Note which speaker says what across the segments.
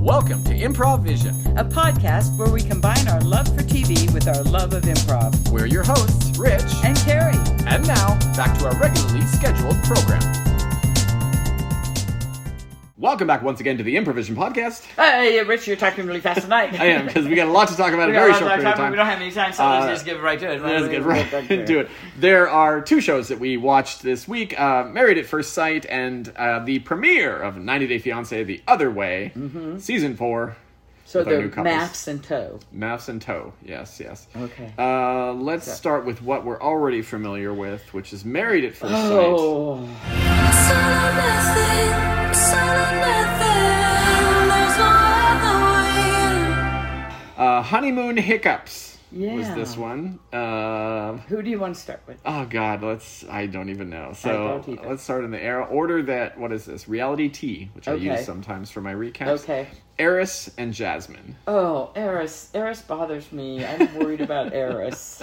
Speaker 1: Welcome to Improv Vision.
Speaker 2: a podcast where we combine our love for TV with our love of improv.
Speaker 1: We're your hosts, Rich,
Speaker 2: And Carrie,
Speaker 1: and now back to our regularly scheduled program. Welcome back once again to the Improvision Podcast.
Speaker 2: hey, Rich, you're talking really fast tonight.
Speaker 1: I am because we got a lot to talk about in
Speaker 2: We
Speaker 1: a
Speaker 2: got
Speaker 1: very
Speaker 2: a lot
Speaker 1: short
Speaker 2: of
Speaker 1: period of
Speaker 2: time, but
Speaker 1: time.
Speaker 2: We don't have any time, so
Speaker 1: Uh,
Speaker 2: let's just get right to it.
Speaker 1: Let's get right
Speaker 2: back to
Speaker 1: into it. There are two shows that we watched this week: uh, Married at First Sight and uh, the premiere of 90 Day Fiance: The Other Way,
Speaker 2: Mm-hmm.
Speaker 1: season four.
Speaker 2: So
Speaker 1: with our new
Speaker 2: the
Speaker 1: couples.
Speaker 2: maps and toe.
Speaker 1: Maths and Toe. Yes, yes.
Speaker 2: Okay.
Speaker 1: Uh, let's start with what we're already familiar with, which is Married at First Sight.
Speaker 2: Oh,
Speaker 3: It's all or nothing. It's all or nothing. There's no other way.
Speaker 1: Uh, Honeymoon Hiccups was
Speaker 2: Yeah.
Speaker 1: this one. Uh,
Speaker 2: who do you want to start with?
Speaker 1: oh, God, let's. I don't even know. So
Speaker 2: don't either.
Speaker 1: let's start in the era order that, what is this? Reality T, which
Speaker 2: Okay.
Speaker 1: I use sometimes for my recaps.
Speaker 2: Okay.
Speaker 1: Eris and Jasmine.
Speaker 2: Oh, Eris. Eris bothers me. I'm worried about Eris.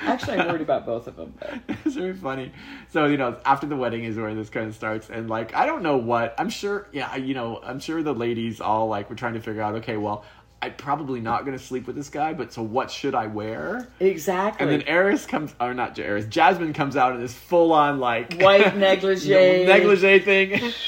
Speaker 2: Actually, I'm worried about both of them. But.
Speaker 1: it's very funny. So you know, after the wedding is where this kind of starts, and like I don't know what I'm sure. Yeah, you know, I'm sure the ladies all like were trying to figure out. Okay, well, I'm probably not going to sleep with this guy, but so what should I wear?
Speaker 2: Exactly.
Speaker 1: And then Eris comes, or not Eris, Jasmine comes out in this full on like
Speaker 2: White negligee.
Speaker 1: you know, negligee thing.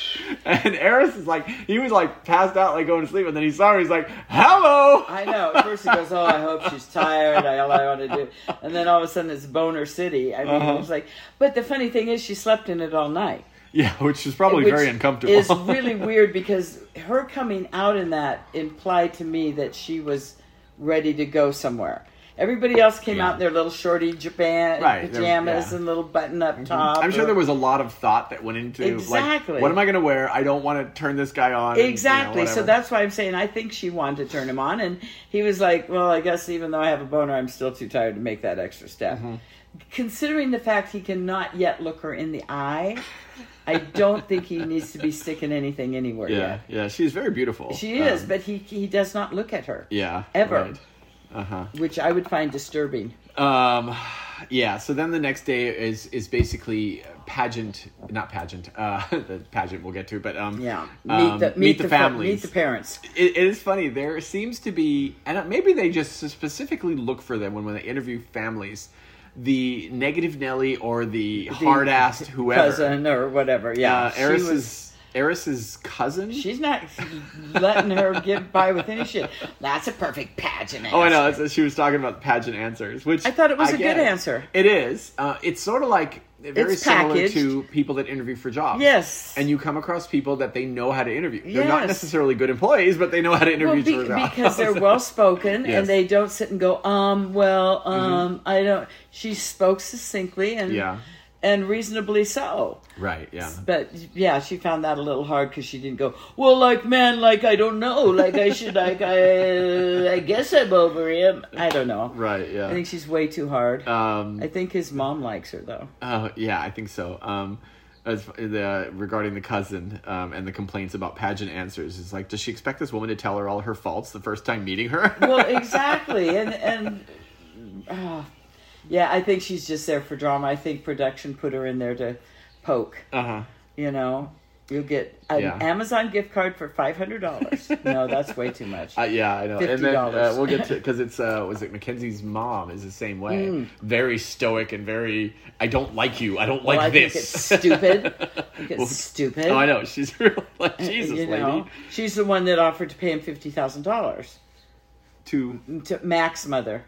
Speaker 1: And Eris is like, he was like passed out, like going to sleep, and then he saw her. He's like, "Hello."
Speaker 2: I know. At first he goes, "Oh, I hope she's tired. I all I want to do," and then all of a sudden it's boner city. I mean,
Speaker 1: Uh-huh.
Speaker 2: it's like. But the funny thing is, she slept in it all night.
Speaker 1: Yeah, which is probably
Speaker 2: which
Speaker 1: very uncomfortable.
Speaker 2: Is really weird because her coming out in that implied to me that she was ready to go somewhere. Everybody else came
Speaker 1: Yeah.
Speaker 2: out in their little shorty Japan
Speaker 1: Right, they're-
Speaker 2: pajamas
Speaker 1: yeah. Mm-hmm.
Speaker 2: and little button-up top.
Speaker 1: I'm sure
Speaker 2: or-
Speaker 1: there was a lot of thought that went into
Speaker 2: Um, Exactly.
Speaker 1: like, what am I going to wear? I don't want to turn this guy on. and, you know,
Speaker 2: Exactly. so
Speaker 1: whatever.
Speaker 2: that's why I'm saying I think she wanted to turn him on, and he was like, "Well, I guess even though I have a boner, I'm still too tired to make that extra step."
Speaker 1: Mm-hmm.
Speaker 2: Considering the fact he cannot yet look her in the eye, I don't think he needs to be sticking anything anywhere
Speaker 1: yeah, yeah. She's very beautiful.
Speaker 2: yet. She is,
Speaker 1: Um,
Speaker 2: but he he does not look at her,
Speaker 1: yeah,
Speaker 2: ever.
Speaker 1: Uh huh.
Speaker 2: which I would find disturbing.
Speaker 1: Um, yeah. So then the next day is is basically pageant, not pageant. Uh, the pageant we'll get to, but um,
Speaker 2: Yeah, meet
Speaker 1: um,
Speaker 2: the meet,
Speaker 1: the,
Speaker 2: fa-
Speaker 1: families.
Speaker 2: meet the parents.
Speaker 1: it, it is funny. There seems to be, and uh, maybe they just specifically look for them when, when they interview families, the negative Nelly or the, hard-assed whoever.
Speaker 2: cousin or whatever. Yeah,
Speaker 1: Uh,
Speaker 2: she
Speaker 1: Eris's
Speaker 2: was-
Speaker 1: Eris's cousin.
Speaker 2: She's not letting her get by with any shit. That's a perfect pageant.
Speaker 1: oh, I know. That's, she was talking about pageant answers, which
Speaker 2: I thought it was
Speaker 1: a
Speaker 2: a good answer.
Speaker 1: It is. Uh, it's sort of like very
Speaker 2: It's
Speaker 1: similar
Speaker 2: packaged.
Speaker 1: to people that interview for jobs.
Speaker 2: Yes.
Speaker 1: And you come across people that they know how to interview. They're not
Speaker 2: Yes.
Speaker 1: necessarily good employees, but they know how to
Speaker 2: Well,
Speaker 1: interview
Speaker 2: be-
Speaker 1: for jobs.
Speaker 2: because they're well spoken
Speaker 1: Yes. Mm-hmm.
Speaker 2: and they don't sit and go, um, well, um, I don't. She spoke succinctly and
Speaker 1: Yeah.
Speaker 2: and reasonably so.
Speaker 1: right. Yeah.
Speaker 2: But yeah, she found that a little hard because she didn't go, well, like man, like I don't know, like I should, like I, I guess I'm over him. I don't know.
Speaker 1: Right. Yeah.
Speaker 2: I think she's way too hard.
Speaker 1: um.
Speaker 2: I think his mom likes her though.
Speaker 1: Oh yeah, I think so. Um, as the regarding the cousin um, and the complaints about pageant answers, it's like, does she expect this woman to tell her all her faults the first time meeting her?
Speaker 2: well, exactly, and and ah, yeah, I think she's just there for drama. I think production put her in there to poke.
Speaker 1: uh huh.
Speaker 2: You know, you'll get an
Speaker 1: Yeah.
Speaker 2: Amazon gift card for five hundred dollars. no, that's way too much.
Speaker 1: Uh, yeah, I know. And then uh,
Speaker 2: $50.
Speaker 1: we'll get to because it's uh, was it Mackenzie's mom is the same way,
Speaker 2: Hmm.
Speaker 1: very stoic and very. I don't like you. I don't like
Speaker 2: well, I
Speaker 1: this.
Speaker 2: think it's stupid. I think it's
Speaker 1: Well,
Speaker 2: stupid.
Speaker 1: Oh, I know. She's real like Jesus,
Speaker 2: you
Speaker 1: lady.
Speaker 2: know, she's the one that offered to pay him fifty thousand dollars
Speaker 1: To
Speaker 2: to Mac's mother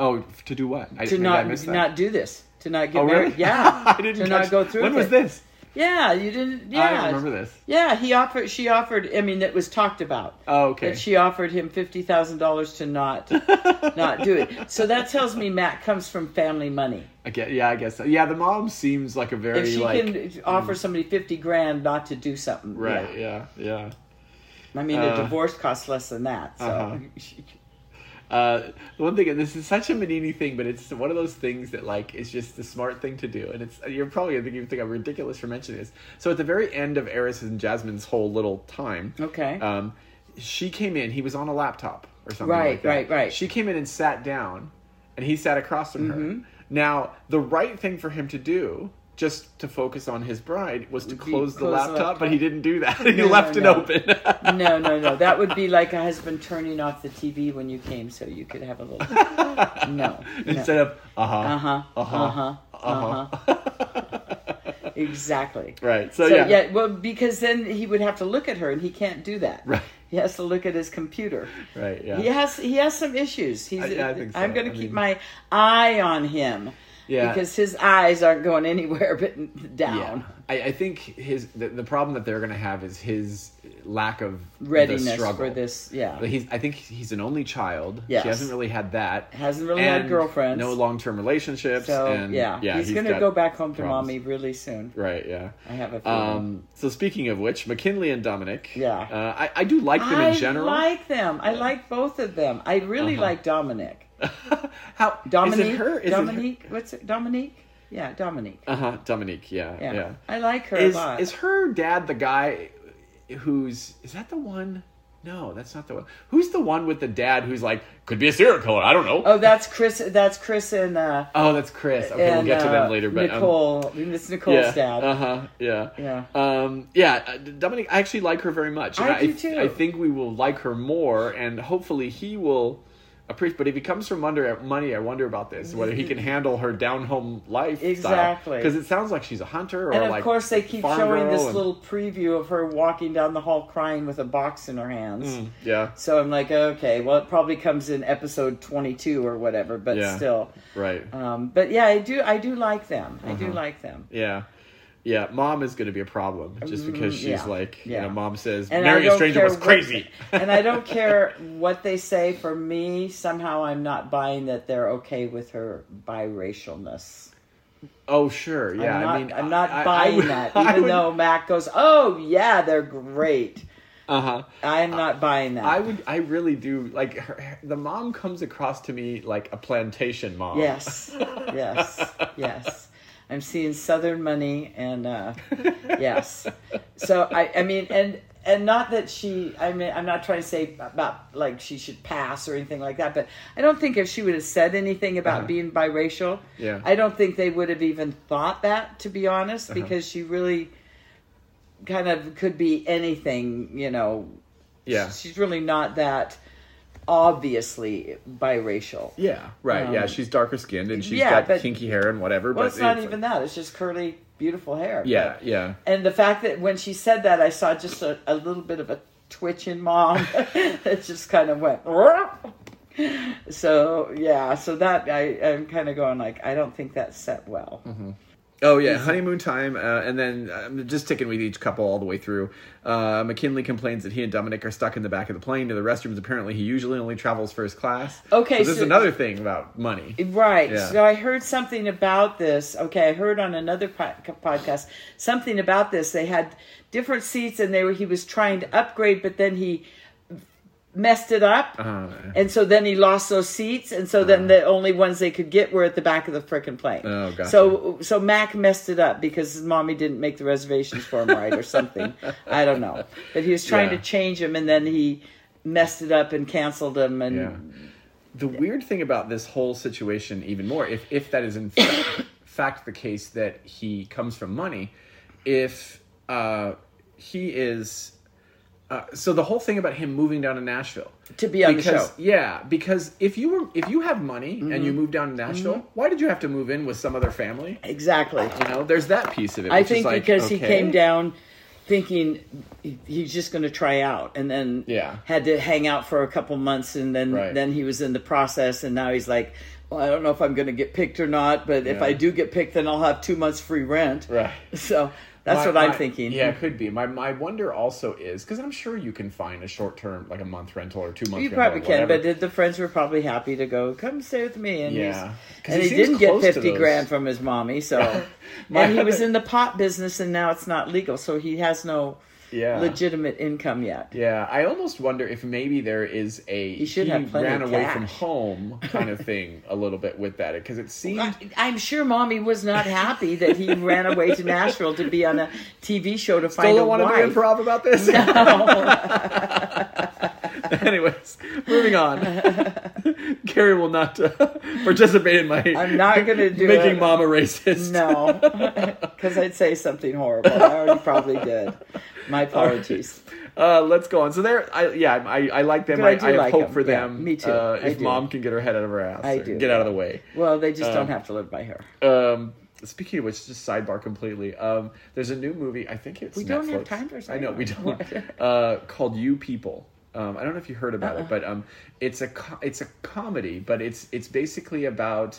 Speaker 1: oh, to do what? I,
Speaker 2: to
Speaker 1: maybe I
Speaker 2: not
Speaker 1: missed that.
Speaker 2: not do this, to not get
Speaker 1: Oh,
Speaker 2: married.
Speaker 1: really?
Speaker 2: Yeah,
Speaker 1: I didn't
Speaker 2: to not
Speaker 1: catch-
Speaker 2: go through.
Speaker 1: When
Speaker 2: with
Speaker 1: was
Speaker 2: it.
Speaker 1: this?
Speaker 2: Yeah, you didn't. Yeah,
Speaker 1: I don't remember this.
Speaker 2: Yeah, he offered. She offered. I mean, that was talked about.
Speaker 1: Oh, okay.
Speaker 2: That she offered him fifty thousand dollars to not not do it. So that tells me Matt comes from family money.
Speaker 1: I guess, yeah, I guess. So. Yeah, the mom seems like a very
Speaker 2: If she
Speaker 1: like Mm.
Speaker 2: can offer somebody fifty grand not to do something,
Speaker 1: right.
Speaker 2: yeah.
Speaker 1: Yeah, yeah.
Speaker 2: I mean,
Speaker 1: Uh,
Speaker 2: a divorce costs less than that. So
Speaker 1: uh-huh. Uh, the one thing, and this is such a Manini thing, but it's one of those things that like it's just the smart thing to do, and it's you're probably gonna think, think I'm ridiculous for mentioning this. So at the very end of Eris and Jasmine's whole little time,
Speaker 2: okay,
Speaker 1: um, she came in. He was on a laptop or something like
Speaker 2: Right,
Speaker 1: that.
Speaker 2: right, right.
Speaker 1: She came in and
Speaker 2: Mm-hmm.
Speaker 1: sat down, and he sat across from her. Now the right thing for him to do just to focus on his bride was to
Speaker 2: Be-
Speaker 1: close the
Speaker 2: close the
Speaker 1: laptop, but
Speaker 2: laptop.
Speaker 1: he didn't do that. he
Speaker 2: No, no,
Speaker 1: left it
Speaker 2: no.
Speaker 1: open.
Speaker 2: No, no, no. That would be like a husband turning off the TV when you came so you could have a little. No.
Speaker 1: Instead of uh huh,
Speaker 2: Uh huh.
Speaker 1: uh
Speaker 2: Uh
Speaker 1: huh,
Speaker 2: huh.
Speaker 1: uh
Speaker 2: Uh huh.
Speaker 1: huh.
Speaker 2: Exactly.
Speaker 1: Right. So,
Speaker 2: Uh-huh. So,
Speaker 1: yeah.
Speaker 2: yeah. Well, because then he would have to look at her, and he can't do that.
Speaker 1: Right.
Speaker 2: He has to look at his computer.
Speaker 1: Right. Yeah.
Speaker 2: He has he has some issues. He's.
Speaker 1: I- yeah, I think so.
Speaker 2: am going
Speaker 1: I
Speaker 2: to
Speaker 1: mean-
Speaker 2: keep my eye on him.
Speaker 1: Yeah.
Speaker 2: Because his eyes aren't going anywhere but
Speaker 1: Yeah.
Speaker 2: down.
Speaker 1: I, I think his the, the problem that they're going to have is his lack of the
Speaker 2: Readiness
Speaker 1: struggle.
Speaker 2: for this. Yeah.
Speaker 1: But he's, I think he's an only child.
Speaker 2: Yes.
Speaker 1: She hasn't really had that.
Speaker 2: Hasn't really had
Speaker 1: And
Speaker 2: girlfriends.
Speaker 1: No long term relationships.
Speaker 2: So
Speaker 1: and
Speaker 2: yeah, he's, going to
Speaker 1: got
Speaker 2: go back home to
Speaker 1: problems.
Speaker 2: mommy really soon.
Speaker 1: Right, yeah.
Speaker 2: I have a feeling.
Speaker 1: Um, so speaking of which, McKinley and Dominic.
Speaker 2: Yeah.
Speaker 1: Uh, I, I do like them
Speaker 2: I
Speaker 1: in general.
Speaker 2: like them. I like both of them. I really
Speaker 1: Uh-huh.
Speaker 2: like Dominic.
Speaker 1: How
Speaker 2: Dominique.
Speaker 1: Is it her? Is
Speaker 2: Dominique. What's it? Dominique? Yeah, Dominique.
Speaker 1: Uh huh. Dominique. Yeah.
Speaker 2: Yeah.
Speaker 1: Yeah.
Speaker 2: I like her
Speaker 1: Is
Speaker 2: a lot.
Speaker 1: is her dad the guy who's is that the one? No, that's not the one. Who's the one with the dad who's like could be a serial killer? I don't know.
Speaker 2: oh, that's Chris. That's Chris and uh,
Speaker 1: Oh, that's Chris. Okay,
Speaker 2: and
Speaker 1: we'll get to them
Speaker 2: uh,
Speaker 1: later. But um,
Speaker 2: Nicole. it's Nicole's dad.
Speaker 1: Uh huh. Yeah.
Speaker 2: Yeah.
Speaker 1: Um, yeah. uh, Dominic, I actually like her very much. and
Speaker 2: I do too.
Speaker 1: I think we will like her more, and hopefully he will appreciate. But if he comes from under money, I wonder about this whether he can handle her down home life.
Speaker 2: Exactly.
Speaker 1: Because it sounds like she's a hunter, or
Speaker 2: and of
Speaker 1: like
Speaker 2: course, they keep
Speaker 1: farm
Speaker 2: showing
Speaker 1: girl
Speaker 2: this
Speaker 1: and-
Speaker 2: little preview of her walking down the hall crying with a box in her hands.
Speaker 1: Mm, yeah.
Speaker 2: So I'm like, okay, well, it probably comes in episode 22 or whatever, but
Speaker 1: Yeah.
Speaker 2: still.
Speaker 1: Right.
Speaker 2: Um, but yeah, I do. I do like them. I
Speaker 1: Mm-hmm.
Speaker 2: do like them.
Speaker 1: Yeah. Yeah, mom is going to be a problem just because
Speaker 2: Mm,
Speaker 1: she's
Speaker 2: yeah.
Speaker 1: like, you
Speaker 2: Yeah.
Speaker 1: know, mom says
Speaker 2: And I
Speaker 1: marrying a
Speaker 2: don't
Speaker 1: stranger
Speaker 2: care
Speaker 1: was
Speaker 2: what-
Speaker 1: crazy.
Speaker 2: and I don't care what they say. For me, somehow I'm not buying that they're okay with her biracialness.
Speaker 1: oh, sure. Yeah,
Speaker 2: I'm not,
Speaker 1: I mean,
Speaker 2: I'm not
Speaker 1: I- I- I
Speaker 2: buying
Speaker 1: would-
Speaker 2: that.
Speaker 1: I
Speaker 2: Even
Speaker 1: would-
Speaker 2: though Mac goes, "Oh yeah, they're great,"
Speaker 1: uh-huh.
Speaker 2: I'm not buying that.
Speaker 1: I would. I really do. Like her, her- the mom comes across to me like a plantation mom.
Speaker 2: Yes, yes, yes. I'm seeing Southern money, and uh, yes. So I, I mean, and and not that she. I mean, I'm not trying to say about like she should pass or anything like that, but I don't think if she would have said anything about
Speaker 1: Uh-huh.
Speaker 2: being biracial,
Speaker 1: Yeah.
Speaker 2: I don't think they would have even thought that, to be honest,
Speaker 1: Uh-huh.
Speaker 2: because she really kind of could be anything, you know.
Speaker 1: Yeah.
Speaker 2: she's really not that obviously biracial.
Speaker 1: Yeah. Right. yeah.
Speaker 2: Um,
Speaker 1: She's darker skinned and she's
Speaker 2: yeah,
Speaker 1: got
Speaker 2: but-
Speaker 1: kinky hair and whatever.
Speaker 2: Well,
Speaker 1: but
Speaker 2: it's not
Speaker 1: it's-
Speaker 2: even that. It's just curly, beautiful hair.
Speaker 1: Yeah. Yeah.
Speaker 2: But- And the fact that when she said that, I saw just a, a little bit of a twitch in mom. it just kind of went. "Ruff." So yeah, so that I I'm kind of going like I don't think that set well.
Speaker 1: Oh yeah, honeymoon time, uh, and then I'm just sticking with each couple all the way through. Uh, McKinley complains that he and Dominic are stuck in the back of the plane to the restrooms. Apparently, he usually only travels first class.
Speaker 2: Okay,
Speaker 1: so this is
Speaker 2: so-
Speaker 1: another thing about money.
Speaker 2: Right.
Speaker 1: Yeah.
Speaker 2: So I heard something about this. Okay, I heard on another po- podcast something about this. They had different seats, and they were he was trying to upgrade, but then he messed it up,
Speaker 1: Uh,
Speaker 2: and so then he lost those seats, and so then the only ones they could get were at the back of the frickin' plane.
Speaker 1: Uh-huh. Oh, gotcha.
Speaker 2: So so Mac messed it up because mommy didn't make the reservations for him right or something. I don't know, but he was trying
Speaker 1: Yeah.
Speaker 2: to change him, and then he messed it up and canceled him, and.
Speaker 1: Yeah. The weird thing about this whole situation, even more, if if that is in fact, fact the case that he comes from money, if uh, he is, uh, so the whole thing about him moving down to Nashville
Speaker 2: To be on the
Speaker 1: because,
Speaker 2: show. Mm-hmm.
Speaker 1: yeah, because if you were if you have money and you move down to Nashville, why did you have to move in with some other family?
Speaker 2: Exactly.
Speaker 1: You know, there's that piece of it.
Speaker 2: I
Speaker 1: which is
Speaker 2: think
Speaker 1: like,
Speaker 2: because he
Speaker 1: okay.
Speaker 2: came down thinking he- he's just going to try out, and then
Speaker 1: Yeah.
Speaker 2: had to hang out for a couple months, and then
Speaker 1: Right.
Speaker 2: then he was in the process, and now he's like, well, I don't know if I'm going to get picked or not, but if
Speaker 1: Yeah.
Speaker 2: I do get picked, then I'll have two months free rent.
Speaker 1: Right.
Speaker 2: So that's
Speaker 1: My-
Speaker 2: what I'm
Speaker 1: my-
Speaker 2: thinking.
Speaker 1: Yeah, it could be. My my wonder also is because I'm sure you can find a short term, like a month rental or two months.
Speaker 2: You probably can,
Speaker 1: whatever.
Speaker 2: but the- the friends were probably happy to go. Come stay with me, and he's-
Speaker 1: Yeah. 'Cause
Speaker 2: and
Speaker 1: he
Speaker 2: he,
Speaker 1: seems
Speaker 2: didn't get
Speaker 1: close to
Speaker 2: fifty
Speaker 1: those.
Speaker 2: grand from his mommy. So,
Speaker 1: My
Speaker 2: and he was
Speaker 1: other-
Speaker 2: in the pot business, and now it's not legal, so he has no
Speaker 1: Yeah.
Speaker 2: legitimate income yet.
Speaker 1: Yeah, I almost wonder if maybe there is a he
Speaker 2: should have plenty
Speaker 1: ran
Speaker 2: of
Speaker 1: away
Speaker 2: cash.
Speaker 1: from home kind of thing a little bit with that because it seemed
Speaker 2: I, I'm sure mommy was not happy that he ran away to Nashville to be on a TV show to
Speaker 1: still
Speaker 2: find a
Speaker 1: don't want to do
Speaker 2: wife.
Speaker 1: improv about this.
Speaker 2: No.
Speaker 1: Anyways, moving on. Carrie will not uh, participate in my.
Speaker 2: I'm not gonna do
Speaker 1: making
Speaker 2: it.
Speaker 1: mom a racist.
Speaker 2: No, because I'd say something horrible. I already probably did. My apologies.
Speaker 1: Uh, let's go on. So there, I yeah, I I like them.
Speaker 2: Good,
Speaker 1: I,
Speaker 2: I
Speaker 1: I,
Speaker 2: do
Speaker 1: have
Speaker 2: like
Speaker 1: hope
Speaker 2: them.
Speaker 1: for
Speaker 2: Yeah,
Speaker 1: them.
Speaker 2: me too.
Speaker 1: Uh,
Speaker 2: I
Speaker 1: if
Speaker 2: do.
Speaker 1: mom can get her head out of her ass,
Speaker 2: I
Speaker 1: or
Speaker 2: do.
Speaker 1: get out of the way.
Speaker 2: Well, they just
Speaker 1: Um,
Speaker 2: don't have to live by her.
Speaker 1: Um, speaking of which, just sidebar completely. Um, there's a new movie. I think it's
Speaker 2: We don't have
Speaker 1: Netflix.
Speaker 2: time for
Speaker 1: I know we don't.
Speaker 2: sidebar.
Speaker 1: uh, called You People. Um, I don't know if you heard about
Speaker 2: Uh-uh.
Speaker 1: it, but um, it's a co- it's a comedy, but it's it's basically about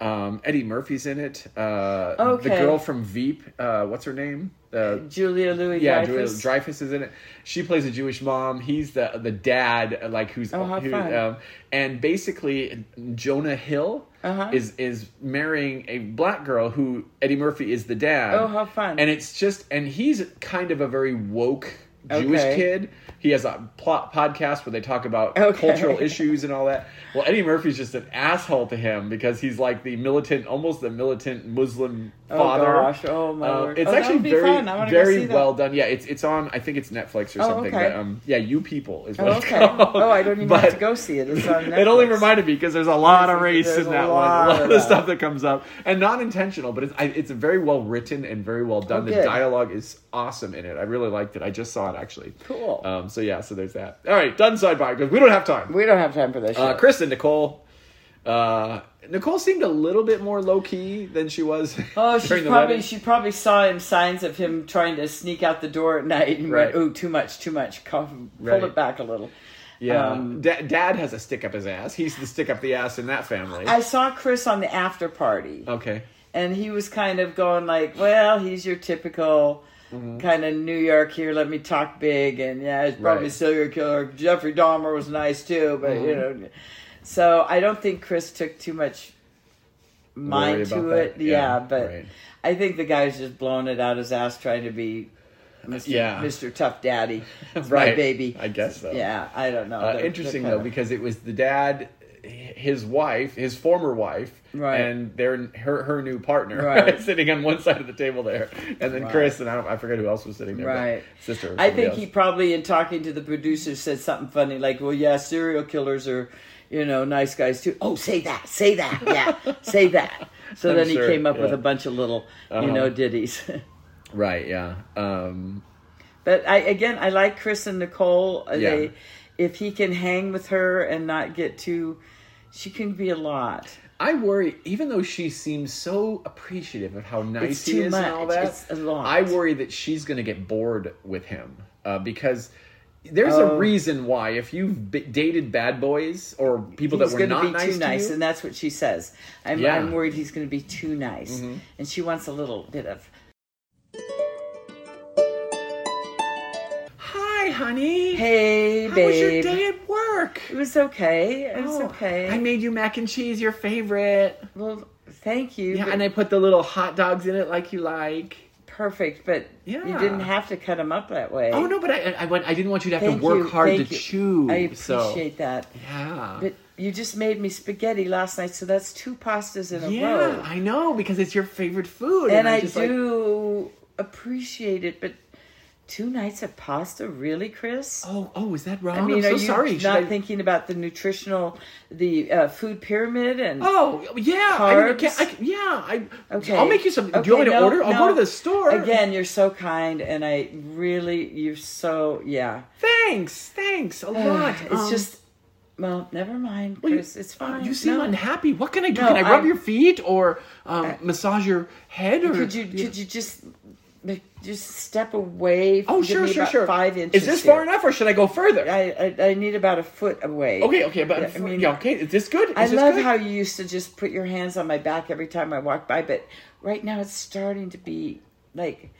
Speaker 1: um, Eddie Murphy's in it. Uh, The
Speaker 2: Okay.
Speaker 1: girl from Veep. Uh, what's her name? Uh,
Speaker 2: Julia Louis
Speaker 1: yeah,
Speaker 2: Dreyfus.
Speaker 1: Dreyfus. Dreyfus is in it. She plays a Jewish mom. He's the the dad, uh, like who's
Speaker 2: Oh, how
Speaker 1: who,
Speaker 2: fun.
Speaker 1: um, and basically Jonah Hill
Speaker 2: Uh-huh.
Speaker 1: is is marrying a black girl who Eddie Murphy is the dad.
Speaker 2: Oh, how fun.
Speaker 1: And it's just and he's kind of a very woke Jewish
Speaker 2: Okay.
Speaker 1: kid. He has a plot podcast where they talk about
Speaker 2: Okay.
Speaker 1: cultural issues and all that. Well, Eddie Murphy's just an asshole to him because he's like the militant, almost the militant Muslim
Speaker 2: Oh,
Speaker 1: father. Uh,
Speaker 2: gosh. Oh, my word.
Speaker 1: It's
Speaker 2: Oh, that
Speaker 1: actually
Speaker 2: would be
Speaker 1: very,
Speaker 2: fun. I wanna go
Speaker 1: very
Speaker 2: see that.
Speaker 1: well done. Yeah, it's it's on. I think it's Netflix or
Speaker 2: Oh,
Speaker 1: something.
Speaker 2: okay.
Speaker 1: But um, yeah, you people is what
Speaker 2: Oh,
Speaker 1: it's
Speaker 2: okay.
Speaker 1: called.
Speaker 2: Oh, I don't even have to
Speaker 1: But
Speaker 2: go see it. It's on Netflix.
Speaker 1: It only reminded me because there's a lot of
Speaker 2: There's-
Speaker 1: race
Speaker 2: there's
Speaker 1: in
Speaker 2: a
Speaker 1: that one,
Speaker 2: lot
Speaker 1: a lot of
Speaker 2: of that.
Speaker 1: stuff that comes up, and not intentional, but it's I, it's very well written and very well done.
Speaker 2: Oh,
Speaker 1: the
Speaker 2: good.
Speaker 1: dialogue is awesome in it. I really liked it. I just saw it actually.
Speaker 2: Cool.
Speaker 1: Um, so yeah, so there's that. All right, done side by because we don't have time.
Speaker 2: We don't have time for this.
Speaker 1: Uh,
Speaker 2: shit.
Speaker 1: Chris and Nicole. Uh, Nicole seemed a little bit more low key than she was.
Speaker 2: Oh,
Speaker 1: during
Speaker 2: she
Speaker 1: the
Speaker 2: probably
Speaker 1: wedding.
Speaker 2: she probably saw him signs of him trying to sneak out the door at night and
Speaker 1: Right.
Speaker 2: went, "Ooh, too much, too much. Cough,
Speaker 1: Right.
Speaker 2: Pull it back a little."
Speaker 1: Yeah,
Speaker 2: Um,
Speaker 1: Da- dad has a stick up his ass. He's the stick up the ass in that family.
Speaker 2: I saw Chris on the after party,
Speaker 1: okay,
Speaker 2: and he was kind of going like, "Well, he's your typical."
Speaker 1: Mm-hmm.
Speaker 2: Kind of New York here. Let me talk big, and yeah, it's probably
Speaker 1: Right.
Speaker 2: serial killer. Jeffrey Dahmer was nice too, but you
Speaker 1: Mm-hmm.
Speaker 2: know, so I don't think Chris took too much mind
Speaker 1: Worry about
Speaker 2: to
Speaker 1: that.
Speaker 2: it.
Speaker 1: Yeah,
Speaker 2: Yeah, but
Speaker 1: right.
Speaker 2: I think the guy's just blowing it out his ass trying to be Mr.
Speaker 1: Yeah.
Speaker 2: Mr. Tough Daddy. It's my
Speaker 1: Right.
Speaker 2: baby.
Speaker 1: I guess so.
Speaker 2: Yeah, I don't know.
Speaker 1: Uh,
Speaker 2: They're-
Speaker 1: interesting
Speaker 2: they're
Speaker 1: though
Speaker 2: kind of-
Speaker 1: because it was the dad, h- his wife, his former wife,
Speaker 2: Right.
Speaker 1: and their her her new partner
Speaker 2: Right.
Speaker 1: sitting on one side of the table there, and then
Speaker 2: Right.
Speaker 1: Chris and I don't I forget who else was sitting there, but
Speaker 2: Right.
Speaker 1: Sister. or
Speaker 2: I
Speaker 1: somebody
Speaker 2: think
Speaker 1: else.
Speaker 2: he probably, in talking to the producer, said something funny like, "Well, yeah, serial killers are, you know, nice guys too." Oh, say that, say that, yeah, say that. So
Speaker 1: I'm
Speaker 2: then
Speaker 1: sure,
Speaker 2: he came up with
Speaker 1: yeah.
Speaker 2: a bunch of little,
Speaker 1: Uh-huh.
Speaker 2: you know, ditties.
Speaker 1: Right. Yeah. Um,
Speaker 2: but I again, I like Chris and Nicole. Uh,
Speaker 1: Yeah.
Speaker 2: They, if he can hang with her and not get too, she can be a lot.
Speaker 1: I worry, even though she seems so appreciative of how nice
Speaker 2: It's
Speaker 1: he
Speaker 2: too
Speaker 1: is and all
Speaker 2: much.
Speaker 1: that,
Speaker 2: It's a lot.
Speaker 1: I worry that she's going to get bored with him uh, because there's a
Speaker 2: Oh.
Speaker 1: reason why if you've b- dated bad boys or people that
Speaker 2: he's
Speaker 1: were
Speaker 2: going to
Speaker 1: not
Speaker 2: be
Speaker 1: nice
Speaker 2: too
Speaker 1: to
Speaker 2: nice,
Speaker 1: you,
Speaker 2: and that's what she says. I'm,
Speaker 1: Yeah. Mm-hmm.
Speaker 2: I'm worried he's going to be too nice, and she wants a little bit of.
Speaker 1: hi, honey.
Speaker 2: Hey,
Speaker 1: how
Speaker 2: babe.
Speaker 1: was your day at work?
Speaker 2: It was okay. It was
Speaker 1: Oh,
Speaker 2: okay.
Speaker 1: I made you mac and cheese, your favorite.
Speaker 2: well, thank you.
Speaker 1: Yeah,
Speaker 2: but-
Speaker 1: and I put the little hot dogs in it like you like.
Speaker 2: perfect, but
Speaker 1: Yeah.
Speaker 2: you didn't have to cut him up that way.
Speaker 1: Oh no, but I I, I went- I didn't want you to have
Speaker 2: Thank
Speaker 1: to work
Speaker 2: you,
Speaker 1: hard to
Speaker 2: thank you.
Speaker 1: chew.
Speaker 2: I
Speaker 1: so,
Speaker 2: appreciate that.
Speaker 1: yeah.
Speaker 2: But you just made me spaghetti last night, so that's two pastas in a
Speaker 1: Yeah,
Speaker 2: row.
Speaker 1: I know because it's your favorite food,
Speaker 2: uh, and
Speaker 1: I'm
Speaker 2: I
Speaker 1: just like,
Speaker 2: do appreciate it, but two nights of pasta, really, Chris?
Speaker 1: oh, oh, is that wrong?
Speaker 2: I
Speaker 1: I
Speaker 2: mean,
Speaker 1: am so
Speaker 2: are you
Speaker 1: sorry. Should
Speaker 2: not
Speaker 1: I-
Speaker 2: thinking about the nutritional, the uh, food pyramid, and
Speaker 1: Oh yeah, I mean, I
Speaker 2: Carbs?
Speaker 1: can't, I, can- yeah. I
Speaker 2: Okay.
Speaker 1: I'll make you some. do
Speaker 2: Okay,
Speaker 1: you want me to
Speaker 2: no,
Speaker 1: order? I'll go to
Speaker 2: no.
Speaker 1: the store
Speaker 2: Again, you're so kind, and I really, you're so yeah.
Speaker 1: Thanks, thanks a lot.
Speaker 2: it's
Speaker 1: Um,
Speaker 2: just, well, never mind,
Speaker 1: you-
Speaker 2: Chris. it's fine.
Speaker 1: You seem
Speaker 2: No.
Speaker 1: unhappy. What can I do?
Speaker 2: No,
Speaker 1: can I rub
Speaker 2: I'm- Uh,
Speaker 1: your feet or um, massage your head? Or
Speaker 2: Could you could you just like, just step away?
Speaker 1: Oh
Speaker 2: Give
Speaker 1: sure,
Speaker 2: me
Speaker 1: sure,
Speaker 2: about
Speaker 1: sure.
Speaker 2: Five inches.
Speaker 1: Is this
Speaker 2: here.
Speaker 1: far enough, or should I go further?
Speaker 2: I, I I need about a foot away.
Speaker 1: okay, okay, but
Speaker 2: Yeah, I mean,
Speaker 1: yeah, okay. Is this good? Is
Speaker 2: I
Speaker 1: this
Speaker 2: love
Speaker 1: good?
Speaker 2: how you used to just put your hands on my back every time I walked by, but right now it's starting to be like,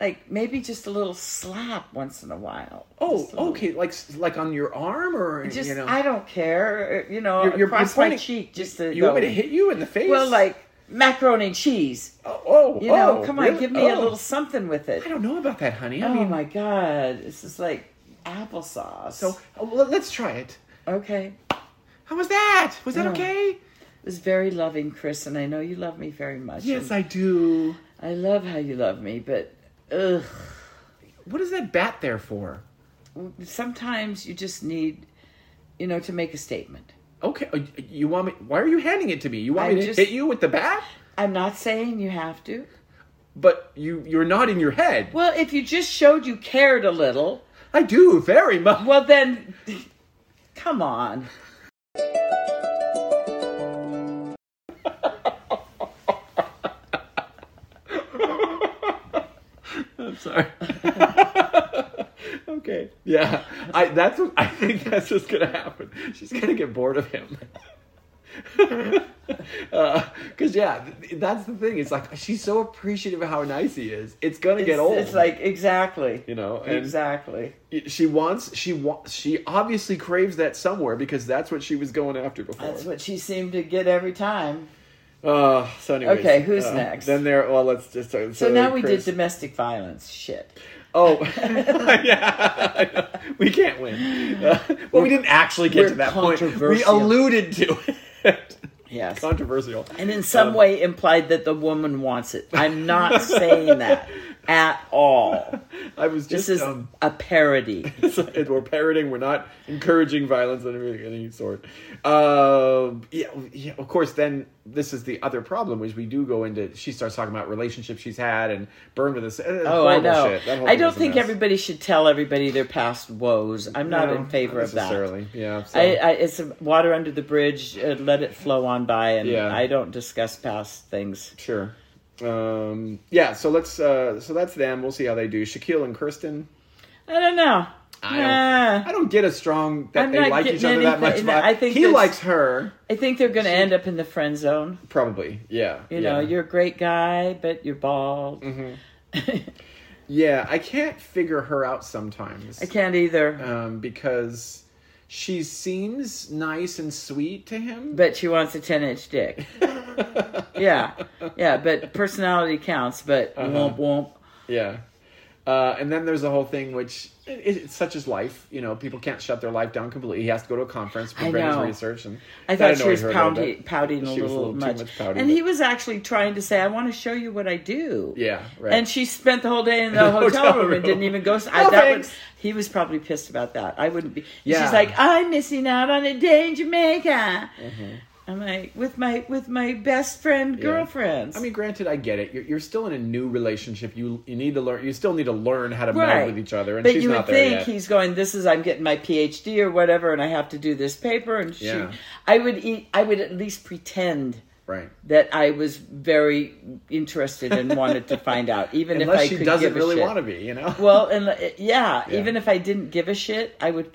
Speaker 2: like maybe just a little slap once in a while.
Speaker 1: Oh,
Speaker 2: Just a little-
Speaker 1: okay. Like like on your arm, or
Speaker 2: Just
Speaker 1: you know,
Speaker 2: I don't care. uh, You know,
Speaker 1: You're- you're- you're
Speaker 2: across my
Speaker 1: pointing-
Speaker 2: cheek, just to
Speaker 1: you want me
Speaker 2: go,
Speaker 1: to hit you in the face?
Speaker 2: Well, like macaroni and cheese.
Speaker 1: Oh, oh,
Speaker 2: You know,
Speaker 1: oh,
Speaker 2: come on,
Speaker 1: really?
Speaker 2: give me a
Speaker 1: Oh.
Speaker 2: little something with it.
Speaker 1: I don't know about that, honey. I
Speaker 2: oh
Speaker 1: mean,
Speaker 2: my god, this is like applesauce.
Speaker 1: so oh, let- let's try it.
Speaker 2: okay,
Speaker 1: How was that? Was that
Speaker 2: Yeah.
Speaker 1: okay?
Speaker 2: it was very loving, Chris, and I know you love me very much.
Speaker 1: Yes,
Speaker 2: and
Speaker 1: I do.
Speaker 2: I love how you love me, but ugh.
Speaker 1: What is that bat there for?
Speaker 2: sometimes you just need, you know, to make a statement.
Speaker 1: Okay, uh, you want me? Why are you handing it to me? You want
Speaker 2: I'm
Speaker 1: me to
Speaker 2: just-
Speaker 1: hit you with the bat?
Speaker 2: I'm not saying you have to.
Speaker 1: But you you're nodding your head.
Speaker 2: Well, if you just showed you cared a little,
Speaker 1: I do very much.
Speaker 2: well then, come on.
Speaker 1: I'm sorry. okay. Yeah. I that's what I think that's what's gonna happen. She's gonna get bored of him. Because yeah, th- that's the thing. It's like she's so appreciative of how nice he is. It's gonna get
Speaker 2: It's-
Speaker 1: old.
Speaker 2: It's like exactly,
Speaker 1: you know, and
Speaker 2: exactly.
Speaker 1: she wants she wants she obviously craves that somewhere because that's what she was going after before.
Speaker 2: That's what she seemed to get every time.
Speaker 1: Uh, so anyways,
Speaker 2: Okay, who's
Speaker 1: uh,
Speaker 2: next?
Speaker 1: Then there. Well, let's just. So,
Speaker 2: So now we
Speaker 1: Chris-
Speaker 2: did domestic violence shit.
Speaker 1: Oh, yeah. I know. We can't win. Uh, well, we didn't actually get
Speaker 2: we're
Speaker 1: to that point. We
Speaker 2: controversial.
Speaker 1: alluded to it.
Speaker 2: Yes.
Speaker 1: Controversial.
Speaker 2: and in some way implied that the woman wants it. I'm not saying that at all.
Speaker 1: I was just.
Speaker 2: This is
Speaker 1: um,
Speaker 2: a parody.
Speaker 1: it- we're parroting. We're not encouraging violence of any, any sort. Um, yeah, yeah, of course. Then this is the other problem, which we do go into. She starts talking about relationships she's had and burned with this. uh,
Speaker 2: Oh, I know. I don't think
Speaker 1: everybody.
Speaker 2: everybody should tell everybody their past woes. I'm not
Speaker 1: No,
Speaker 2: in favor of that.
Speaker 1: necessarily. Yeah. so-
Speaker 2: I, I, it's water under the bridge. Uh, let it flow on by, and
Speaker 1: Yeah.
Speaker 2: I don't discuss past things.
Speaker 1: Sure. Um, yeah, so let's uh, so that's them. We'll see how they do. Shaquille and Kirsten.
Speaker 2: I don't know.
Speaker 1: I don't,
Speaker 2: Nah.
Speaker 1: I don't get a strong that
Speaker 2: I'm
Speaker 1: they
Speaker 2: not
Speaker 1: like each
Speaker 2: getting
Speaker 1: other that much.
Speaker 2: anything. I think
Speaker 1: he
Speaker 2: there's-
Speaker 1: likes her
Speaker 2: I think they're going to end up in the friend zone.
Speaker 1: probably. Yeah.
Speaker 2: You
Speaker 1: yeah.
Speaker 2: know, you're a great guy, but you're bald.
Speaker 1: Mm-hmm. Yeah, I can't figure her out sometimes.
Speaker 2: I can't either.
Speaker 1: Um, because she seems nice and sweet to him.
Speaker 2: but she wants a 10 inch dick. yeah. Yeah. But personality counts, but
Speaker 1: Uh-huh.
Speaker 2: womp womp.
Speaker 1: Yeah. Uh, and then there's the whole thing, which it, it, it's such as life. You know, people can't shut their life down completely. He has to go to a conference,
Speaker 2: I
Speaker 1: prepare his
Speaker 2: know.
Speaker 1: research, and
Speaker 2: I
Speaker 1: that
Speaker 2: thought she
Speaker 1: annoyed
Speaker 2: was
Speaker 1: her a little
Speaker 2: pouty,
Speaker 1: bit.
Speaker 2: pouting a
Speaker 1: She was
Speaker 2: little,
Speaker 1: too
Speaker 2: much.
Speaker 1: much pouting,
Speaker 2: and
Speaker 1: but-
Speaker 2: he was actually trying to say, I want to show you what I do.
Speaker 1: Yeah, right.
Speaker 2: And she spent the whole day in the hotel,
Speaker 1: hotel
Speaker 2: room,
Speaker 1: room.
Speaker 2: and didn't even go. I,
Speaker 1: No,
Speaker 2: that
Speaker 1: thanks.
Speaker 2: was, he was probably pissed about that. I wouldn't be. And
Speaker 1: Yeah.
Speaker 2: She's like, I'm missing out on a day in Jamaica.
Speaker 1: Mm-hmm.
Speaker 2: I'm like with my with my best friend girlfriends.
Speaker 1: I mean, granted, I get it. You're, you're still in a new relationship. You you need to learn. You still need to learn how to
Speaker 2: right.
Speaker 1: meld with each other, and
Speaker 2: but
Speaker 1: she's
Speaker 2: you
Speaker 1: not
Speaker 2: would
Speaker 1: there
Speaker 2: think
Speaker 1: yet.
Speaker 2: he's going. This is I'm getting my PhD or whatever, and I have to do this paper. And she,
Speaker 1: Yeah.
Speaker 2: I would eat, I would at least pretend
Speaker 1: Right.
Speaker 2: that I was very interested and wanted to find out, even if I
Speaker 1: Unless she
Speaker 2: could
Speaker 1: doesn't
Speaker 2: give
Speaker 1: really
Speaker 2: a shit.
Speaker 1: want to be, you know.
Speaker 2: Well, and uh, yeah,
Speaker 1: Yeah.
Speaker 2: even if I didn't give a shit, I would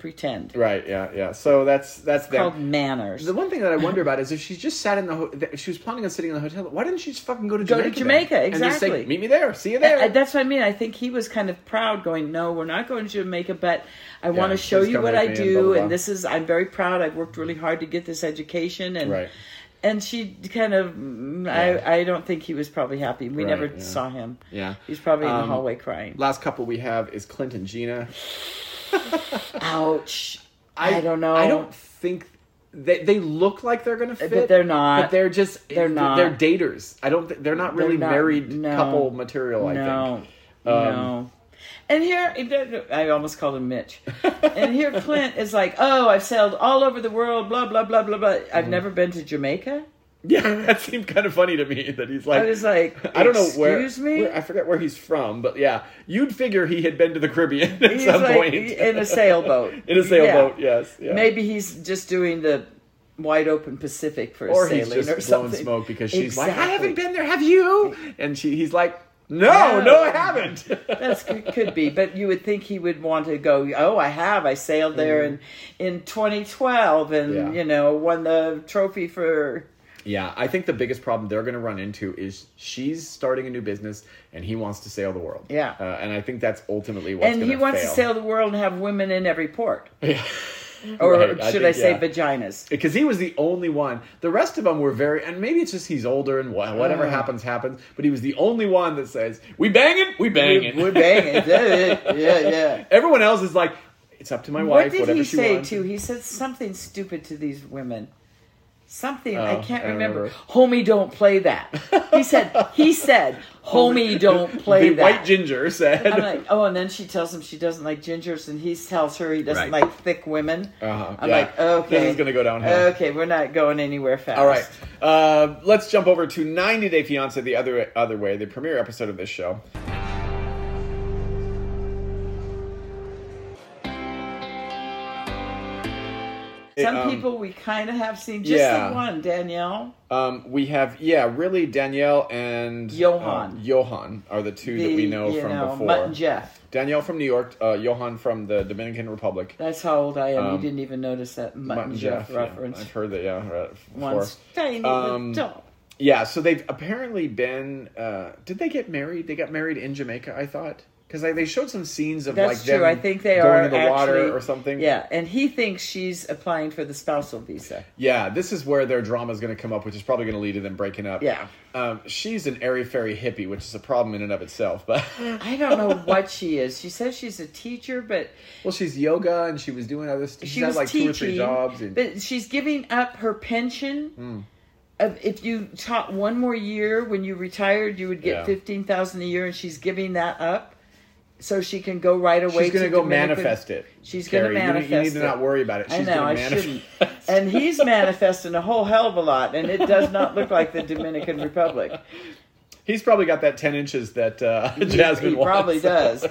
Speaker 2: pretend.
Speaker 1: right. Yeah. Yeah. So that's that's them.
Speaker 2: Called manners.
Speaker 1: The one thing that I wonder about is if she just sat in the ho- if she was planning on sitting in the hotel. Why didn't she just fucking go to
Speaker 2: Go to
Speaker 1: Jamaica? then?
Speaker 2: Jamaica,
Speaker 1: And just say,
Speaker 2: exactly.
Speaker 1: meet me there. See you there.
Speaker 2: I- that's what I mean. I think he was kind of proud, going, "No, we're not going to Jamaica, but I want to
Speaker 1: he's
Speaker 2: show you
Speaker 1: coming
Speaker 2: what
Speaker 1: with
Speaker 2: I
Speaker 1: me and
Speaker 2: do,
Speaker 1: blah, blah, blah."
Speaker 2: and this is I'm very proud. I've worked really hard to get this education, and
Speaker 1: Right.
Speaker 2: and she kind of, mm, I I don't think he was probably happy. We
Speaker 1: Right,
Speaker 2: never
Speaker 1: yeah.
Speaker 2: saw him.
Speaker 1: Yeah.
Speaker 2: he's probably in the
Speaker 1: Um,
Speaker 2: hallway crying.
Speaker 1: Last couple we have is Clint and Gina.
Speaker 2: Ouch! I, don't know. Uh,
Speaker 1: I don't think they they look like they're gonna fit,
Speaker 2: they're not.
Speaker 1: But they're just
Speaker 2: They're not.
Speaker 1: They're daters. I don't. thi- They're not really
Speaker 2: They're not-
Speaker 1: married
Speaker 2: no.
Speaker 1: couple material. I
Speaker 2: no,
Speaker 1: think. Um,
Speaker 2: no. And here, I almost called him Mitch. and here, Clint is like, "Oh, I've sailed all over the world, blah blah blah blah blah. I've
Speaker 1: Mm.
Speaker 2: never been to Jamaica."
Speaker 1: Yeah, that seemed kind of funny to me that he's like.
Speaker 2: I was like,
Speaker 1: I don't know where,
Speaker 2: Excuse me.
Speaker 1: where- I forget where he's from, but yeah, you'd figure he had been to the Caribbean at
Speaker 2: he's
Speaker 1: some
Speaker 2: like
Speaker 1: point
Speaker 2: in a sailboat.
Speaker 1: in a sailboat. Yes, yeah.
Speaker 2: Maybe he's just doing the wide open Pacific for
Speaker 1: or
Speaker 2: a
Speaker 1: he's
Speaker 2: sailing
Speaker 1: just
Speaker 2: or
Speaker 1: blowing
Speaker 2: something.
Speaker 1: smoke because she's like, I
Speaker 2: Exactly.
Speaker 1: haven't been there. Have you? And she, he's like, No,
Speaker 2: No.
Speaker 1: no, I haven't.
Speaker 2: That's could, could be, but you would think he would want to go. Oh, I have. I sailed there in in 2012, and
Speaker 1: Mm-hmm. Yeah.
Speaker 2: you know won the trophy for.
Speaker 1: Yeah, I think the biggest problem they're going to run into is she's starting a new business and he wants to sail the world.
Speaker 2: Yeah.
Speaker 1: Uh, and I think that's ultimately what's
Speaker 2: and
Speaker 1: going
Speaker 2: he wants
Speaker 1: fail.
Speaker 2: to sail the world and have women in every port,
Speaker 1: Yeah.
Speaker 2: or
Speaker 1: Right,
Speaker 2: should
Speaker 1: I
Speaker 2: I,
Speaker 1: think,
Speaker 2: say
Speaker 1: yeah.
Speaker 2: vaginas?
Speaker 1: Because he was the only one. The rest of them were very, and maybe it's just he's older and wha- whatever
Speaker 2: Ah.
Speaker 1: happens, happens. But he was the only one that says, "We banging, we banging,
Speaker 2: We're banging. yeah, yeah.
Speaker 1: Everyone else is like, "It's up to my
Speaker 2: What
Speaker 1: wife,
Speaker 2: did
Speaker 1: whatever
Speaker 2: he
Speaker 1: she
Speaker 2: say
Speaker 1: wants."
Speaker 2: too? He said something stupid to these women. something
Speaker 1: Oh,
Speaker 2: I can't
Speaker 1: I don't
Speaker 2: remember.
Speaker 1: remember.
Speaker 2: Homie, don't play that. He said he said, homie, don't play
Speaker 1: the
Speaker 2: that.
Speaker 1: White Ginger said.
Speaker 2: I'm like, oh, and then she tells him she doesn't like gingers, and he tells her he doesn't
Speaker 1: Right.
Speaker 2: like thick women.
Speaker 1: Uh-huh,
Speaker 2: I'm
Speaker 1: yeah.
Speaker 2: like, okay,
Speaker 1: This is gonna go downhill.
Speaker 2: Okay, we're not going anywhere fast.
Speaker 1: All right, uh, let's jump over to 90 Day Fiance the other other way, the premiere episode of this show.
Speaker 2: Some
Speaker 1: Um,
Speaker 2: people we kind of have seen just
Speaker 1: yeah.
Speaker 2: the one, Danielle.
Speaker 1: Um, we have yeah, really Danielle and
Speaker 2: Johan.
Speaker 1: uh, Johan are the two that
Speaker 2: the,
Speaker 1: we know
Speaker 2: you
Speaker 1: from
Speaker 2: know,
Speaker 1: before.
Speaker 2: Mutt and Jeff.
Speaker 1: Danielle from New York, uh, Johan from the Dominican Republic.
Speaker 2: That's how old I am.
Speaker 1: Um,
Speaker 2: you didn't even notice that Mutt,
Speaker 1: Mutt
Speaker 2: and Jeff,
Speaker 1: yeah.
Speaker 2: reference.
Speaker 1: I've heard that yeah uh, before.
Speaker 2: Once tiny
Speaker 1: Um,
Speaker 2: little dog.
Speaker 1: Yeah, so they've apparently been. Uh, did they get married? They got married in Jamaica, I thought, because like they showed some scenes of
Speaker 2: That's
Speaker 1: like
Speaker 2: true.
Speaker 1: them
Speaker 2: I think they
Speaker 1: going
Speaker 2: are
Speaker 1: in the
Speaker 2: actually,
Speaker 1: water or something.
Speaker 2: Yeah, and he thinks she's applying for the spousal visa.
Speaker 1: yeah. This is where their drama is going to come up, which is probably going to lead to them breaking up.
Speaker 2: Yeah.
Speaker 1: um, she's an airy fairy hippie, which is a problem in and of itself. But
Speaker 2: I don't know what she is. She says she's a teacher, but
Speaker 1: well, she's yoga and she was doing other. St-
Speaker 2: she
Speaker 1: she's had,
Speaker 2: was
Speaker 1: like
Speaker 2: teaching,
Speaker 1: two or three jobs. And, Hmm.
Speaker 2: but she's giving up her pension. Of if you taught one more year when you retired, you would get
Speaker 1: Yeah.
Speaker 2: fifteen thousand a year, and she's giving that up so she can go right away.
Speaker 1: She's going to go
Speaker 2: to Dominican-
Speaker 1: manifest it.
Speaker 2: She's
Speaker 1: Carrie.
Speaker 2: gonna
Speaker 1: You need- You need
Speaker 2: manifest
Speaker 1: to
Speaker 2: it.
Speaker 1: not worry about it. She's
Speaker 2: I know
Speaker 1: gonna
Speaker 2: I
Speaker 1: manifest-
Speaker 2: shouldn't. and he's manifesting a whole hell of a lot, and it does not look like the Dominican Republic.
Speaker 1: He's probably got that ten inches that uh,
Speaker 2: He-
Speaker 1: Jasmine
Speaker 2: he
Speaker 1: wants.
Speaker 2: probably does.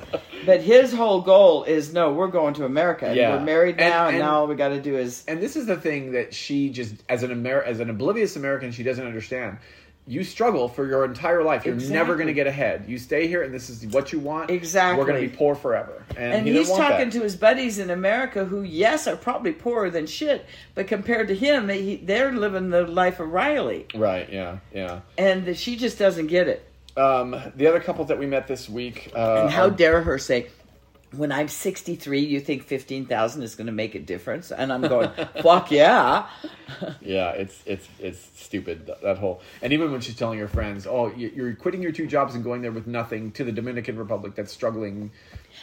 Speaker 2: But his whole goal is no, we're going to America. and
Speaker 1: Yeah.
Speaker 2: We're married
Speaker 1: And-
Speaker 2: now, and,
Speaker 1: and-
Speaker 2: now all we got to do is
Speaker 1: and this is the thing that she just as an Amer- as an oblivious American she doesn't understand. You struggle for your entire life. You're never
Speaker 2: Exactly.
Speaker 1: going to get ahead. You stay here, and this is what you want.
Speaker 2: Exactly.
Speaker 1: We're going to be poor forever. And,
Speaker 2: and
Speaker 1: he didn't
Speaker 2: he's
Speaker 1: want
Speaker 2: talking
Speaker 1: that.
Speaker 2: to his buddies in America who, yes, are probably poorer than shit, but compared to him, he, they're living the life of Riley,
Speaker 1: right. Yeah. Yeah.
Speaker 2: and that she just doesn't get it.
Speaker 1: Um, the other couple that we met this week. Uh,
Speaker 2: And how
Speaker 1: are-
Speaker 2: dare her say, "When I'm 63, you think 15,000 is going to make a difference?" And I'm going, "Fuck yeah!"
Speaker 1: Yeah, it's it's it's stupid th- that whole. And even when she's telling her friends, "Oh, you- you're quitting your two jobs and going there with nothing to the Dominican Republic that's struggling,"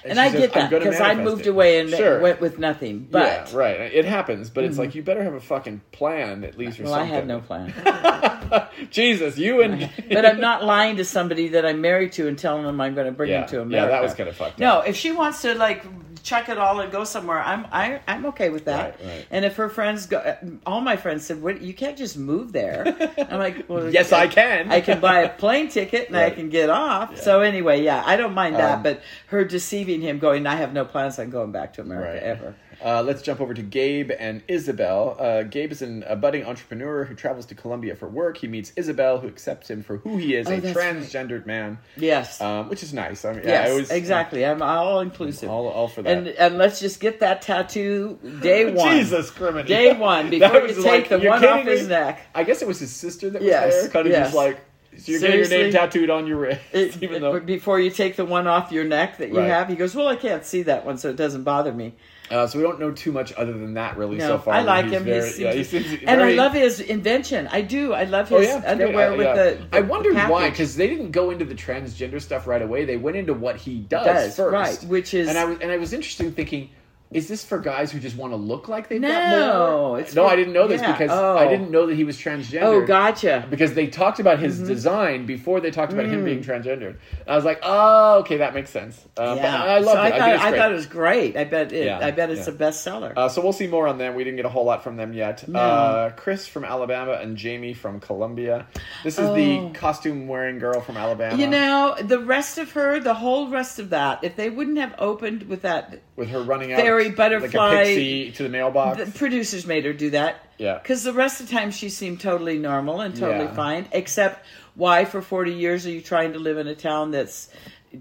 Speaker 2: And
Speaker 1: she
Speaker 2: I
Speaker 1: says,
Speaker 2: get
Speaker 1: "I'm
Speaker 2: that
Speaker 1: gonna
Speaker 2: because I
Speaker 1: manifest
Speaker 2: moved
Speaker 1: it."
Speaker 2: away and
Speaker 1: Sure.
Speaker 2: went with nothing. But Mm-hmm.
Speaker 1: yeah, right. It happens, but it's like you better have a fucking plan at least or
Speaker 2: well, I
Speaker 1: something.
Speaker 2: had no plan.
Speaker 1: Jesus, you and
Speaker 2: but I'm not lying to somebody that I'm married to and telling them I'm going to bring
Speaker 1: Yeah.
Speaker 2: them to
Speaker 1: Yeah,
Speaker 2: America.
Speaker 1: that was kinda fucked
Speaker 2: No, if she wants to like chuck it all and go somewhere, I'm I, I'm okay with that.
Speaker 1: Right, right.
Speaker 2: And if her friends go, uh, all my friends said, "What? You can't just move there." I'm like, well,
Speaker 1: Yes, I can.
Speaker 2: I can buy a plane ticket and I
Speaker 1: Right.
Speaker 2: can get off." So anyway, yeah, I don't mind that.
Speaker 1: Um,
Speaker 2: but her deceiving him, going, "I have no plans on going back to America
Speaker 1: Right.
Speaker 2: ever."
Speaker 1: Uh, let's jump over to Gabe and Isabel. Uh, Gabe is an, a budding entrepreneur who travels to Colombia for work. He meets Isabel, who accepts him for who he is,
Speaker 2: Oh,
Speaker 1: a
Speaker 2: that's
Speaker 1: transgendered man,
Speaker 2: Yes.
Speaker 1: um, which is nice. I mean, yeah,
Speaker 2: Yes,
Speaker 1: I always,
Speaker 2: exactly. I'm all inclusive.
Speaker 1: All- all for
Speaker 2: And
Speaker 1: that.
Speaker 2: and let's just get that tattoo day one.
Speaker 1: Jesus, criminal.
Speaker 2: Day one,
Speaker 1: That
Speaker 2: before you
Speaker 1: was
Speaker 2: take
Speaker 1: like,
Speaker 2: the
Speaker 1: you're
Speaker 2: one
Speaker 1: kidding
Speaker 2: off his
Speaker 1: me?
Speaker 2: neck.
Speaker 1: I guess it was his sister that was
Speaker 2: Yes,
Speaker 1: there. Kind of
Speaker 2: yes.
Speaker 1: just like, so you're getting your name
Speaker 2: Seriously?
Speaker 1: tattooed on your wrist,
Speaker 2: It-
Speaker 1: even though.
Speaker 2: before you take the one off your neck that you
Speaker 1: Right.
Speaker 2: have, he goes, "Well, I can't see that one, so it doesn't bother me."
Speaker 1: Uh, so we don't know too much other than that, really,
Speaker 2: No,
Speaker 1: so far.
Speaker 2: I like
Speaker 1: He's
Speaker 2: him.
Speaker 1: very-
Speaker 2: He's-
Speaker 1: yeah, he
Speaker 2: he's-
Speaker 1: seems
Speaker 2: and I
Speaker 1: very-
Speaker 2: love his invention. I do. I love
Speaker 1: Oh,
Speaker 2: his
Speaker 1: yeah, it's great.
Speaker 2: underwear
Speaker 1: I-
Speaker 2: with
Speaker 1: yeah.
Speaker 2: the, the.
Speaker 1: I wondered
Speaker 2: the
Speaker 1: why,
Speaker 2: package.
Speaker 1: because they didn't go into the transgender stuff right away. They went into what he does,
Speaker 2: Does,
Speaker 1: first,
Speaker 2: right, which is-
Speaker 1: and I was and I was interesting thinking. Is this for guys who just want to look like they've got
Speaker 2: No,
Speaker 1: more?
Speaker 2: it's
Speaker 1: no,
Speaker 2: for-
Speaker 1: I didn't know this
Speaker 2: yeah,
Speaker 1: because
Speaker 2: oh.
Speaker 1: I didn't know that he was transgender.
Speaker 2: oh, Mm-hmm. gotcha.
Speaker 1: Because they talked about his design before they talked about
Speaker 2: Mm.
Speaker 1: him being transgendered. I was like, oh, okay, that makes sense. Uh, but I love
Speaker 2: so
Speaker 1: it.
Speaker 2: I thought,
Speaker 1: think it's
Speaker 2: I
Speaker 1: great.
Speaker 2: thought it was great. I bet. It,
Speaker 1: Yeah,
Speaker 2: I bet it's
Speaker 1: yeah.
Speaker 2: a bestseller.
Speaker 1: Uh, so we'll see more on them. We didn't get a whole lot from them yet. Uh, Chris from Alabama and Jamie from Columbia. This is
Speaker 2: Oh.
Speaker 1: the costume-wearing girl from Alabama.
Speaker 2: You know, the rest of her, the whole rest of that, if they wouldn't have opened with that,
Speaker 1: with her running out,
Speaker 2: Fairy
Speaker 1: like
Speaker 2: butterfly-
Speaker 1: a pixie to the mailbox.
Speaker 2: the producers made her do that.
Speaker 1: Yeah.
Speaker 2: Because the rest of the time she seemed totally normal and totally
Speaker 1: Yeah.
Speaker 2: fine, except why for 40 years are you trying to live in a town that's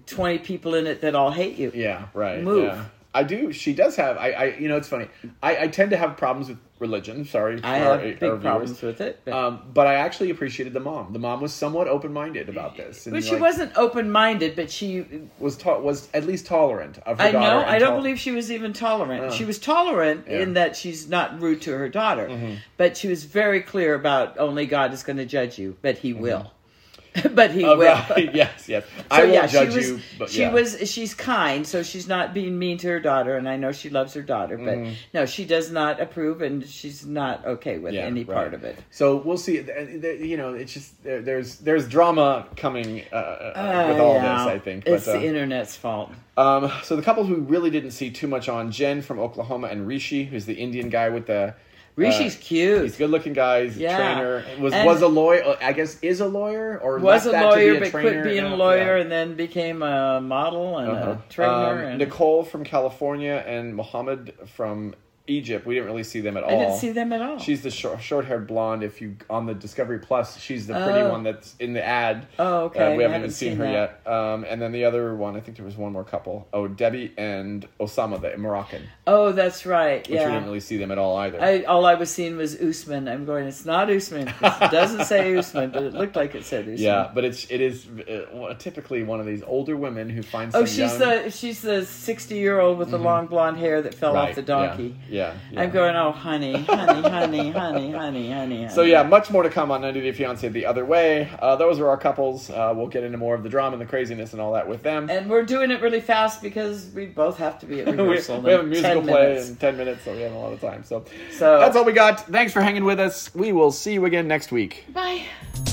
Speaker 2: 20 people in it that all hate you?
Speaker 1: yeah, right.
Speaker 2: Move.
Speaker 1: Yeah. I do. She does have. I. I you know, it's funny. I, I tend to have problems with religion. Sorry,
Speaker 2: I
Speaker 1: for
Speaker 2: have
Speaker 1: our-
Speaker 2: big
Speaker 1: our viewers.
Speaker 2: problems with it. But,
Speaker 1: Um, but I actually appreciated the mom. The mom was somewhat open-minded about this, and
Speaker 2: but she
Speaker 1: like,
Speaker 2: wasn't open minded, but she.
Speaker 1: was ta- was at least tolerant of her
Speaker 2: I
Speaker 1: daughter
Speaker 2: know.
Speaker 1: and
Speaker 2: I don't
Speaker 1: tol-
Speaker 2: believe she was even tolerant. She was tolerant
Speaker 1: Yeah. Mm-hmm.
Speaker 2: in that she's not rude to her daughter, but she was very clear about only God is going to judge you, but He will. but he
Speaker 1: Mm-hmm. Oh,
Speaker 2: will.
Speaker 1: right. yes, yes. I won't judge
Speaker 2: she was,
Speaker 1: you, but
Speaker 2: she
Speaker 1: yeah.
Speaker 2: was she's kind, so she's not being mean to her daughter, and I know she loves her daughter, but
Speaker 1: Mm-hmm.
Speaker 2: no, she does not approve, and she's not okay with
Speaker 1: Yeah,
Speaker 2: any
Speaker 1: right.
Speaker 2: part of it.
Speaker 1: So we'll see. And, uh, You know, it's just there, there's there's drama coming uh, uh, with
Speaker 2: Uh,
Speaker 1: all
Speaker 2: yeah.
Speaker 1: this. I think.
Speaker 2: it's
Speaker 1: uh,
Speaker 2: the internet's fault.
Speaker 1: Um, so the couples we really didn't see too much on Jen from Oklahoma and Rishi, who's the Indian guy with the.
Speaker 2: Rishi's
Speaker 1: uh,
Speaker 2: cute.
Speaker 1: He's a good-looking guy. He's a
Speaker 2: Yeah.
Speaker 1: trainer. Was
Speaker 2: And-
Speaker 1: was a lawyer. uh, I guess is a lawyer or
Speaker 2: was a
Speaker 1: left that to be
Speaker 2: lawyer, but
Speaker 1: trainer
Speaker 2: quit being
Speaker 1: and
Speaker 2: a lawyer,
Speaker 1: yeah.
Speaker 2: and then became a model and
Speaker 1: Uh-huh.
Speaker 2: a trainer.
Speaker 1: Um,
Speaker 2: and
Speaker 1: Nicole from California and Mohammed from Egypt. We didn't really see them at all.
Speaker 2: I didn't see them at all.
Speaker 1: She's the short, short-haired blonde. If you on the Discovery Plus, she's the pretty
Speaker 2: Oh.
Speaker 1: one that's in the ad.
Speaker 2: Oh, okay.
Speaker 1: Uh,
Speaker 2: I
Speaker 1: we haven't, even
Speaker 2: haven't
Speaker 1: seen,
Speaker 2: seen
Speaker 1: her
Speaker 2: that.
Speaker 1: yet. Um, and then the other one, I think there was one more couple. Oh, Debbie and Osama, the Moroccan, which
Speaker 2: oh, that's right.
Speaker 1: we
Speaker 2: Yeah.
Speaker 1: didn't really see them at all either.
Speaker 2: I, all I was seeing was Usman. I'm going. It's not Usman. It doesn't say Usman, but it looked like it said Usman.
Speaker 1: yeah, but it's it is uh, typically one of these older women who finds. some
Speaker 2: Oh, she's
Speaker 1: young- Mm-hmm.
Speaker 2: the she's the sixty year old with the long blonde hair that fell
Speaker 1: Right,
Speaker 2: off the
Speaker 1: yeah,
Speaker 2: donkey.
Speaker 1: Yeah, yeah.
Speaker 2: I'm going. Oh, honey, honey, honey, honey, honey, honey.
Speaker 1: So
Speaker 2: honey."
Speaker 1: yeah, much more to come on 90 Day Fiance the other way. Uh, those are our couples. Uh, we'll get into more of the drama and the craziness and all that with them.
Speaker 2: and we're doing it really fast because we both have to be at
Speaker 1: we,
Speaker 2: rehearsal.
Speaker 1: we have a
Speaker 2: in
Speaker 1: musical
Speaker 2: 10
Speaker 1: play
Speaker 2: minutes.
Speaker 1: in 10 minutes, so we have a lot of time. So,
Speaker 2: So-
Speaker 1: that's all we got. Thanks for hanging with us. We will see you again next week.
Speaker 2: Bye.